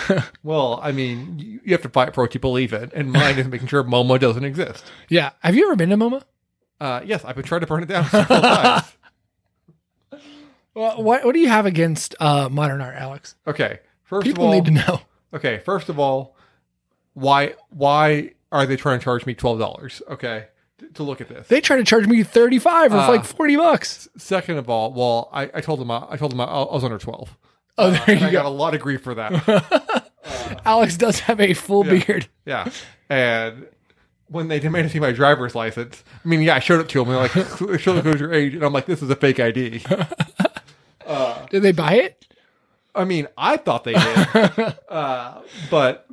[SPEAKER 1] Yeah. well, I mean, you you have to fight for what you believe in, and mine is making sure Momo doesn't exist.
[SPEAKER 2] Yeah. Have you ever been to MoMA?
[SPEAKER 1] Uh, yes, I've been trying to burn it down several times.
[SPEAKER 2] Well, what, what do you have against uh, modern art, Alex?
[SPEAKER 1] Okay, first
[SPEAKER 2] People
[SPEAKER 1] of all,
[SPEAKER 2] need to know.
[SPEAKER 1] Okay, first of all, why why are they trying to charge me twelve dollars? Okay, t- to look at this.
[SPEAKER 2] They try to charge me 35 or
[SPEAKER 1] Uh,
[SPEAKER 2] like 40 bucks.
[SPEAKER 1] Second of all, well, I, I told him I, I told him I, I was under twelve.
[SPEAKER 2] Oh,
[SPEAKER 1] Uh,
[SPEAKER 2] there
[SPEAKER 1] and
[SPEAKER 2] you
[SPEAKER 1] I got
[SPEAKER 2] go.
[SPEAKER 1] a lot of grief for that.
[SPEAKER 2] Alex does have a full
[SPEAKER 1] Yeah.
[SPEAKER 2] beard.
[SPEAKER 1] yeah, and when they demanded to see my driver's license, I mean, yeah, I showed it to him. And they're like, "Show the your age," and I'm like, "This is a fake ID."
[SPEAKER 2] Did they buy it?
[SPEAKER 1] I mean, I thought they did, uh, but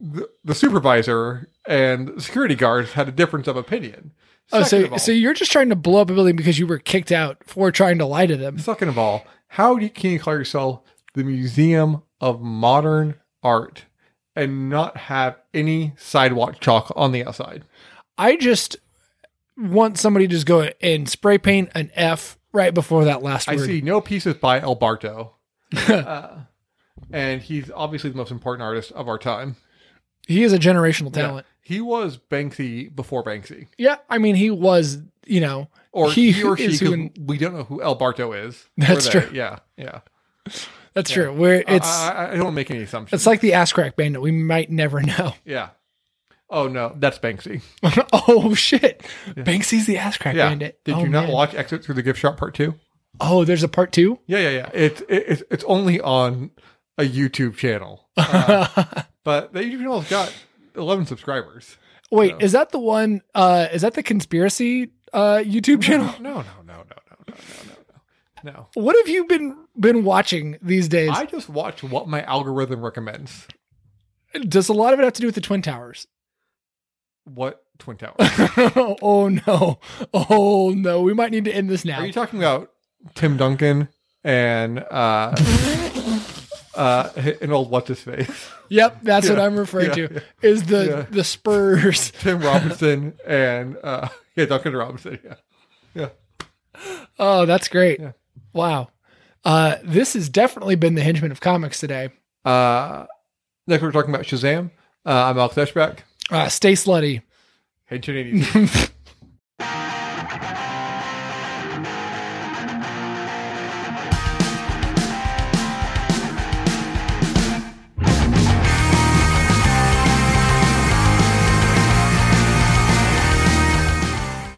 [SPEAKER 1] the, the supervisor and security guards had a difference of opinion.
[SPEAKER 2] Oh,
[SPEAKER 1] Second
[SPEAKER 2] so,
[SPEAKER 1] of all-
[SPEAKER 2] so you're just trying to blow up a building because you were kicked out for trying to lie to them.
[SPEAKER 1] Second of all, how do you, can you call yourself the Museum of Modern Art and not have any sidewalk chalk on the outside?
[SPEAKER 2] I just want somebody to just go and spray paint an F right before that last
[SPEAKER 1] I
[SPEAKER 2] word.
[SPEAKER 1] see no pieces by El Barto. Uh, and he's obviously the most important artist of our time.
[SPEAKER 2] He is a generational talent.
[SPEAKER 1] He was Banksy before Banksy.
[SPEAKER 2] Yeah, I mean, he was, you know,
[SPEAKER 1] Or
[SPEAKER 2] He
[SPEAKER 1] he, or she,
[SPEAKER 2] is who
[SPEAKER 1] 'cause
[SPEAKER 2] in-
[SPEAKER 1] we don't know who El Barto is.
[SPEAKER 2] That's
[SPEAKER 1] Or they.
[SPEAKER 2] true.
[SPEAKER 1] Yeah, yeah.
[SPEAKER 2] that's true. Where
[SPEAKER 1] It's,
[SPEAKER 2] it's
[SPEAKER 1] I, I- I don't make any assumptions.
[SPEAKER 2] it's like the ass crack bandit. We might never know.
[SPEAKER 1] yeah. Oh, no, that's Banksy.
[SPEAKER 2] oh shit, Banksy's the ass crack
[SPEAKER 1] Yeah.
[SPEAKER 2] bandit.
[SPEAKER 1] Did
[SPEAKER 2] Oh,
[SPEAKER 1] you not
[SPEAKER 2] man.
[SPEAKER 1] watch Exit Through the Gift Shop Part 2?
[SPEAKER 2] Oh, there's a part two.
[SPEAKER 1] Yeah, yeah, yeah. It's it, it's it's only on a YouTube channel, Uh, but that YouTube channel's got eleven subscribers.
[SPEAKER 2] Wait, is that the one? uh Is that the conspiracy uh YouTube channel?
[SPEAKER 1] No, no, no, no, no, no, no, no, no.
[SPEAKER 2] What have you been been watching these days?
[SPEAKER 1] I just watch what my algorithm recommends.
[SPEAKER 2] Does a lot of it have to do with the Twin Towers?
[SPEAKER 1] What Twin Towers?
[SPEAKER 2] oh no! Oh no! We might need to end this now.
[SPEAKER 1] Are you talking about Tim Duncan and uh, uh, an old what's his face,
[SPEAKER 2] yep, that's what
[SPEAKER 1] Yeah,
[SPEAKER 2] I'm referring
[SPEAKER 1] yeah,
[SPEAKER 2] to. Is the
[SPEAKER 1] yeah.
[SPEAKER 2] the Spurs?
[SPEAKER 1] Tim Robinson and uh, yeah, Duncan Robinson. Yeah, yeah.
[SPEAKER 2] Oh, that's great!
[SPEAKER 1] Yeah.
[SPEAKER 2] Wow, uh, this has definitely been the henchman of comics today.
[SPEAKER 1] Uh, next, we're talking about Shazam. Uh, I'm Alex Eschbach.
[SPEAKER 2] Uh, stay slutty.
[SPEAKER 1] Hey, 1080.